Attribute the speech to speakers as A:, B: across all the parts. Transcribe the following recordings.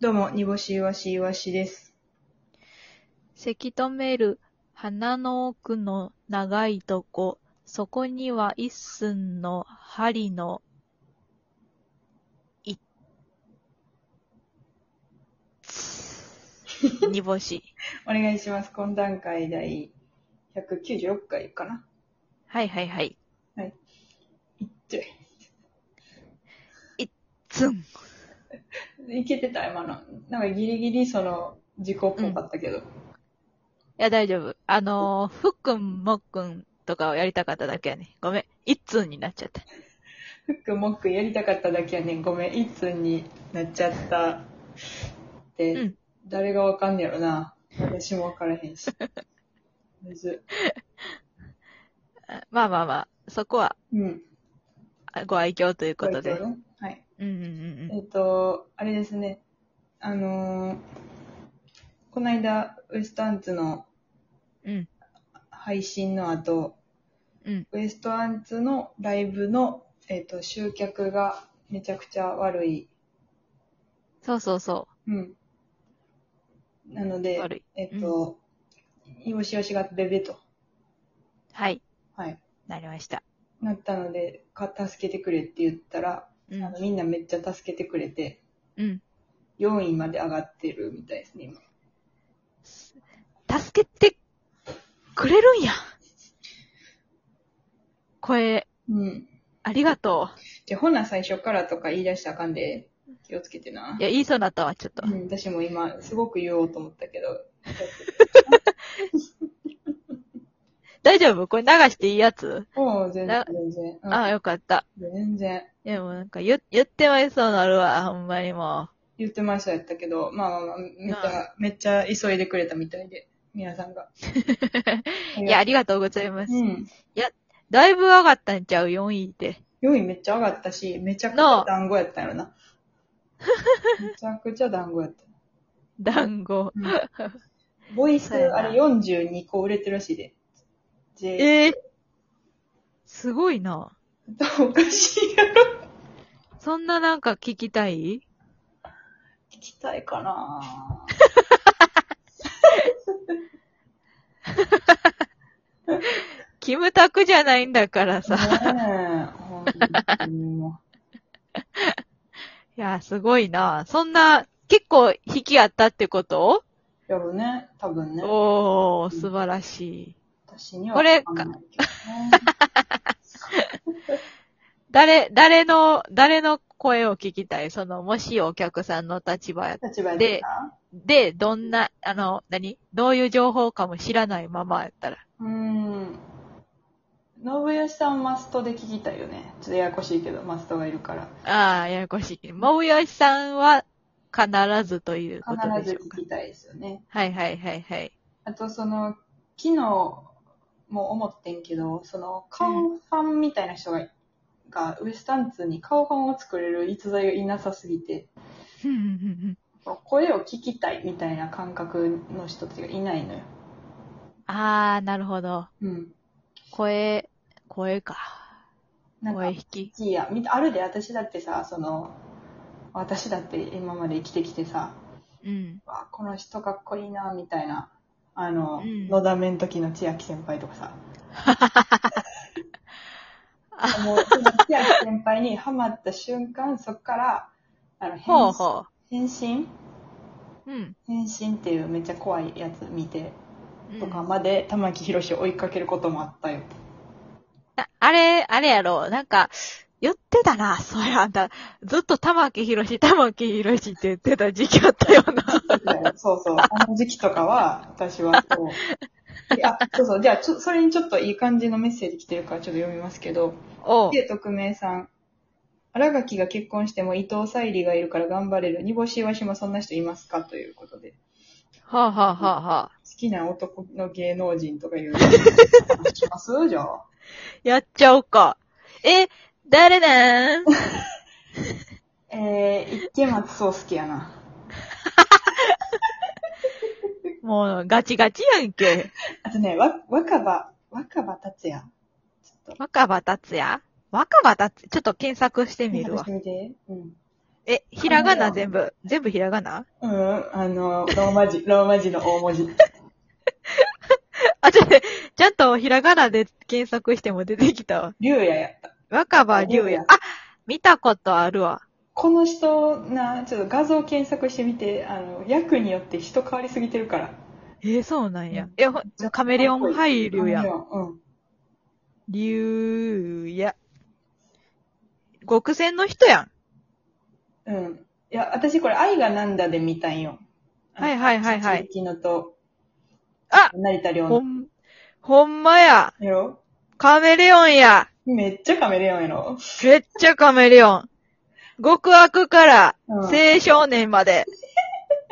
A: どうも、煮干しいわしいわしです。
B: せき止める花の奥の長いとこ、そこには一寸の針の、い、つ、煮 干し。
A: お願いします。懇談会第196回かな。
B: はいはいはい。
A: いっちょい。
B: つん。
A: いけてた今の。なんかギリギリその、事故っぽかったけど。
B: いや大丈夫。あのー、ふっくん、もっくんとかをやりたかっただけやね。ごめん。一つんになっちゃった。
A: フックモックやりたかっただけやねん。ごめん、一通になっちゃった。って、
B: うん
A: 誰がわかんねやろな。私もわからへんし。むず
B: あまあまあまあ、そこは
A: うん。
B: あご愛嬌ということで。
A: これねはい。
B: うんうんうんう
A: え
B: ん。
A: っと、あれですね。あのーこないだ、ウエストアンツの
B: うん
A: 配信の後、
B: うん
A: ウエストアンツのライブの、えっと、集客がめちゃくちゃ悪い。
B: そうそうそ
A: うん。なの
B: う。
A: で、
B: 悪い。
A: えっと、いぼしよしがベベと、
B: はい。
A: はい、
B: なりました。
A: なったので、か助けてくれって言ったら、
B: う
A: あの
B: ん。
A: みんなめっちゃ助けてくれて、
B: うん。
A: 4位まで上がってるみたいですね、今。
B: 助けてくれるんや。声、
A: うん。
B: ありがと
A: じゃあ、ほな最初からとか言い出したらあかんで、気をつけてな
B: う。い。や、言いそうになったわ、ちょっと
A: う。ん、私も今、すごく言おうと思ったけど、
B: 大丈夫これ流していいやつ
A: もう全然
B: な、
A: 全然。うん
B: ああ、よかった。
A: 全然。
B: でもなんか言、言ってまいそうになるわ、ほんまにも
A: 言ってましたやったけど、まあまあまあ、めっちゃ、めっちゃ急いでくれたみたいで、皆さん が。
B: う。いや、ありがとうございます。
A: うん。
B: だいぶ上がったんちゃう ?4 位で。
A: 4位めっちゃ上がったし、めちゃくちゃ団子やったよな。めちゃくちゃ団子やった。
B: 団子。
A: うんボイス、
B: そうやな
A: あれ42個売れてるらしいで。J
B: ええすごいな。
A: とおかしいやろ。
B: そんななんか聞きたい
A: 聞きたいかな
B: キムタクじゃないんだからさ。
A: ねえ、ほんと にも
B: いや、すごいな。そんな、結構引きあったってこと
A: う。やろね、多分ね。
B: おー、素晴らしい。
A: 私には
B: これ
A: わかんないけ
B: 誰、誰の、誰の声を聞きたいその、もしお客さんの立場や
A: どね、立場やったら
B: で、どんな、あの、何どういう情報かも知らないままやったら。
A: うーん。信吉さんマストで聞きたいよね。ちょっとややこしいけど、マストがいるから。
B: ああ、ややこしい。もうよしさんは、必ずということで
A: 必
B: し
A: ず
B: ょうか
A: 聞。きたいですよね。
B: はいはいはいはい。
A: あと、その、昨日も思ってんけど、その、顔ファンみたいな人が、がウエスタンツに顔ファンを作れる逸材がいなさすぎて、
B: ふんふんふんふん
A: 声を聞きたいみたいな感覚の人たちがいないのよ。
B: ああ、なるほど。
A: うん。
B: 声、声か。
A: なんか
B: 声、引き。
A: いや、みあるで、私だってさ、その、私だって今まで生きてきてさ、
B: うん。
A: わあこの人かっこいいな、みたいな、あの、
B: うん
A: のだめん時の千秋先輩とか さ、もう、その千秋先輩にハマった瞬間、そっから、あの、変
B: ほうほ
A: 変身
B: う。うん。
A: 変身っていうめっちゃ怖いやつ見て、
B: うん
A: とかまで玉木宏を追いかけることもあったよ。
B: ああれ、あれやろ、なんか、言ってたな、そうや、あんた、ずっと玉木宏、玉木宏って言ってた時期あったよな。
A: そうそう。あの時期とかは、私はこう。 であ、そうそう。じゃあ、ちょ、それにちょっといい感じのメッセージ来てるから、ちょっと読みますけど。
B: おう。
A: で、匿名さん。新垣が結婚しても伊藤沙莉がいるから頑張れる。煮干しわしもそんな人いますかということで。
B: はあ、はあはあはあ、
A: 好きな男の芸能人とか いう。話しますじゃあ。
B: やっちゃおうか。え、誰なん
A: えー、池松壮介やな。
B: もう、ガチガチやんけ。
A: あとね、わ、若葉、若葉達也。ちょっと、
B: 若葉達也若葉達也、ちょっと検索してみる
A: 検索し
B: わ
A: て。みて。うん。
B: え、ひらがな全部、全部ひらがな
A: うん、あの、ローマ字、ローマ字の大文字。
B: あ、ちょっと、ちゃんとひらがなで検索しても出てきたわ。
A: 竜也やった。
B: 若葉龍也。あ、見たことあるわ。
A: この人な、ちょっと画像検索してみて、あの、役によって人変わりすぎてるから。
B: えーそうなんや
A: うん。
B: え、ほんカメレオン俳優や
A: う。ん。
B: 龍也。極戦の人やん。
A: うん。いや、私これ、愛がなんだで見たんよ。
B: はいはいはいはい
A: 鈴木のと、
B: あ
A: 成田
B: ほ
A: 凌
B: ん、ほんまや。
A: の。やろ
B: カメレオンや。
A: めっちゃカメレオンやろ。
B: めっちゃカメレオン。極悪から
A: うん
B: 青少年まで。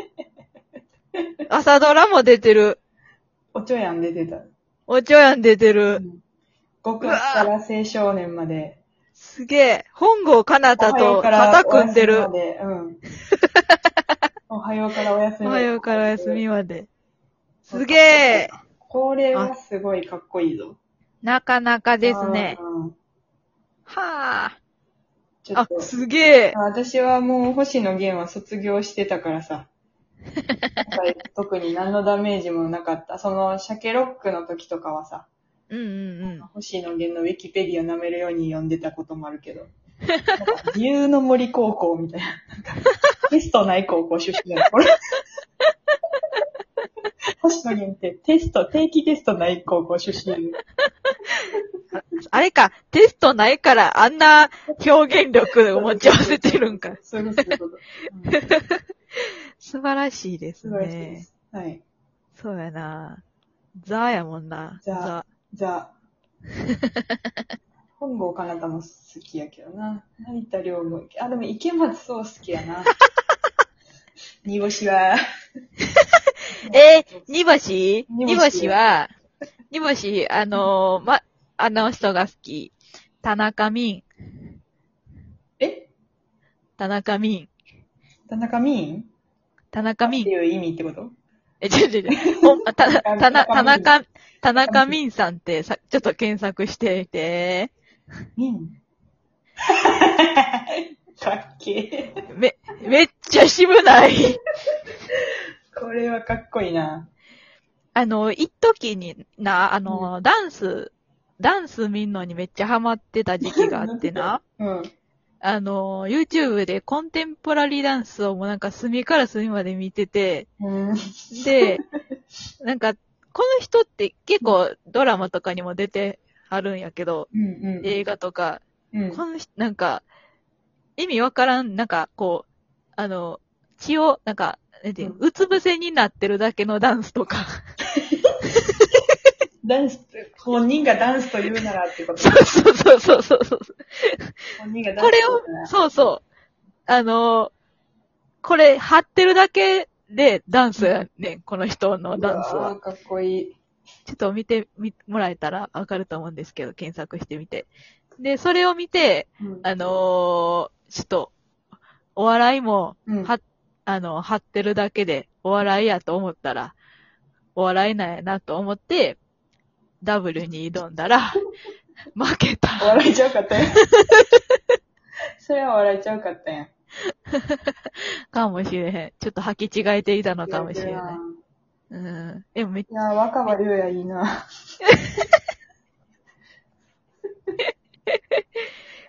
B: 朝ドラも出てる。
A: おちょやん出てた。
B: おちょやん出てる。
A: 極悪から青少年まで。
B: すげえ。本郷かなたと肩組んでる。
A: う ん。おはようからお休
B: お
A: みま
B: は
A: で
B: ようから休。みまで。すげえ。
A: これはすごいかっこいいぞ。
B: なかなかですね。
A: うん。
B: はあ。
A: ちょっ
B: あ
A: と、。
B: すげえ。
A: 私はもう星野源は卒業してたからさ。なんか特に何のダメージもなかった。その、鮭ロックの時とかはさ、
B: うんうんうん。
A: 星野源のウィキペディを舐めるように読んでたこともあるけど。なんか自由の森高校みたいな。なんかテストない高校出身だよ、これ。星野源ってテスト、定期テストない高校出身。
B: あれか、テストないからあんな表現力を持ち合わせてるんか。
A: そういうこと、そういうこと。うん
B: 素晴らしいです
A: 素晴らしいで
B: ね。
A: す。はい。
B: そうやな。ザやもんな。
A: ザ
B: ザ。
A: じゃあ。本郷かなたも好きやけどな。成田凌も、あ、でも池松壮好きや な。煮干しは。
B: えー、煮干し煮
A: 煮
B: 干
A: 干し
B: しは、煮干し、あのー、ま、あの人が好き。田中泯。
A: え
B: 田中泯。
A: 田中み
B: 田中
A: ーって
B: 泯。
A: いう意味ってこと
B: え、ちょちょちょ。ほん、た、た、たな、田中、田中泯さんってさ、ちょっと検索してみて。
A: みん かっけえ。
B: め、めっちゃ渋ない。
A: これはかっこいいな。
B: あの、一時にな、あの、ダンス、ダンス見んのにめっちゃハマってた時期があって な。
A: うん。
B: あの、YouTube でコンテンポラリーダンスをもうなんか隅から隅まで見てて、
A: うん。
B: で、なんか、この人って結構ドラマとかにも出てあるんやけど、
A: うんうん。
B: 映画とか、
A: うん。
B: この人、なんか、意味わからん、なんか、こう、あの、血を、なんか、なんていうの
A: う
B: うつ伏せになってるだけのダンスとか。
A: ダンスって、本人がダンスと言うならってこと
B: そ。うそうそうそうそうそう。
A: 本人がダンスと
B: これ
A: 言
B: を
A: うな、ら。
B: そうそう。あのー、これ貼ってるだけでダンスやねん、この人のダンス
A: うわ
B: は
A: ー。かっこいい。
B: ちょっと見てみもらえたらわかると思うんですけど、検索してみて。で、それを見て、
A: うん
B: あのー、ちょっと、お笑いも、
A: うん
B: は、あの、貼ってるだけでお笑いやと思ったら、お笑いなんやなと思って、W に挑んだ ら、負けた。
A: 笑いちゃうかったよ。 それは笑いちゃうかったやん。
B: かもしれへん。ちょっと履き違えていたのかもしれない。
A: い
B: うん。でもめっ
A: や、若葉龍也いいな。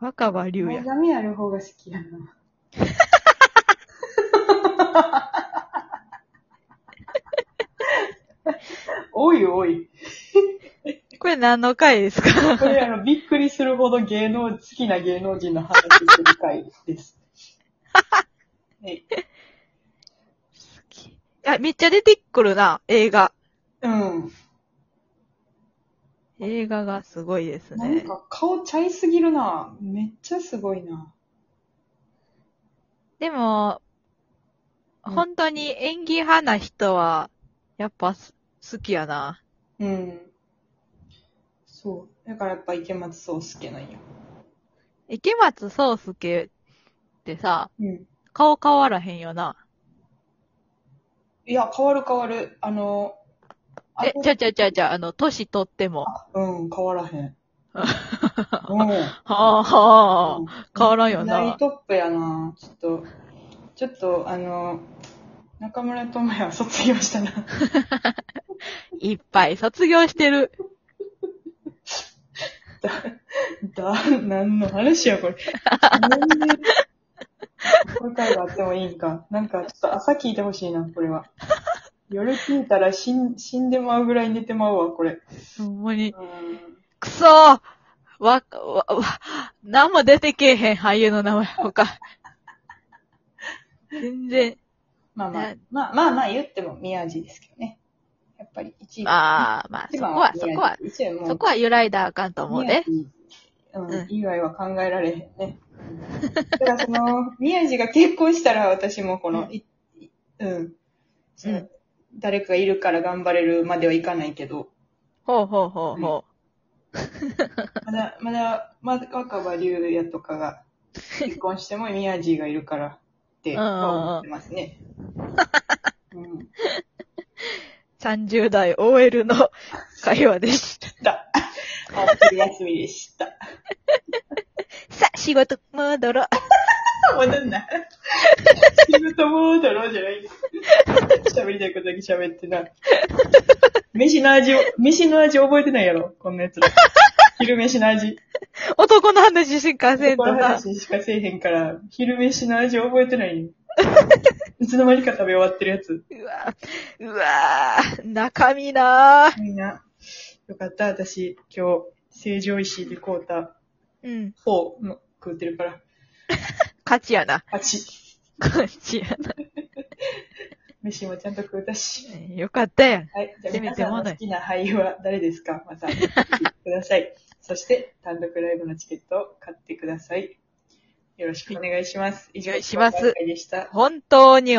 B: 若葉龍也。
A: 目覚めある方が好きやな。おいおい。
B: これ何の回ですか
A: これあの、びっくりするほど芸能、好きな芸能人の話する回 です。はい
B: あ、めっちゃ出てくるな、映画。
A: うん。
B: 映画がすごいです
A: なん
B: ね。
A: か顔ちゃいすぎるな。めっちゃすごいな。
B: でも、
A: うん
B: 本当に演技派な人は、やっぱす好きやな。
A: うん。そう。だからやっぱ池松壮亮なんや。
B: 池松壮亮ってさ、
A: うん。
B: 顔変わらへんよな。
A: いや、変わる変わる。あの、
B: え、ちゃうちゃうちゃうちゃう、あの、歳取っても。
A: うん、変わらへん。うん。
B: はあはあ。変わらんよな
A: ナイトップやな。ちょっと、ちょっと、あの、中村智也は卒業したな。
B: いっぱい卒業してる。
A: だ、なんの話や、これ。全然こういう回があってもいいんか。なんか、ちょっと朝聞いてほしいな、これは。夜聞いたら死ん死んでまうぐらい寝てまうわ、これ。
B: ほんまに。
A: うん
B: くそーわ、わ、わ、なんも出てけえへん、俳優の名前、他。 全然、
A: まあまあ
B: ね、
A: まあまあまあ言っても宮地ですけどね。やっぱり1位。
B: まあまあ、
A: 一
B: そこ
A: 番
B: は、
A: 宮
B: そ
A: 城
B: こは、、
A: 一位もう
B: そこは揺らいだらあかんと思うで。
A: うん
B: うん
A: 以外は考えられへんね。だからその、宮地が結婚したら私もこの、いいうん。その
B: うん
A: 誰かいるから頑張れるまではいかないけど、
B: ほうほうほうほ
A: まだ、まだ、まだ若葉龍也とかが結婚しても宮地がいるからって思ってますね。うん。
B: う。30代 OL の会話です。
A: だ。あ、昼休みでした。
B: さあ、仕事戻ろう。
A: 戻んな。仕事もだろうじゃない喋りたいことだけ喋ってな。飯の味を、飯の味覚えてないやろこんなやつら。昼飯の味。
B: 男の話しかせん
A: ことの
B: な。
A: 話しかせえへんから、昼飯の味覚えてないねん。いつの間にか食べ終わってるやつ。
B: うわうわ中身なー
A: みんな。よかった、私、今日、成城石井で買うた、
B: うん。
A: フォーの食うてるから。
B: 勝ちやな。
A: あち。
B: 勝ちやな。
A: 飯もちゃんと食うたし。
B: よかったやん。
A: はい。じゃあ
B: せめ
A: 皆
B: て
A: さん
B: ま
A: の
B: だ
A: 好きな俳優は誰ですかまた、教えてくださ い。そして、単独ライブのチケットを買ってください。よろしくお願いします。以
B: お願
A: 上、
B: いします
A: 今回の会でした。
B: 本当にお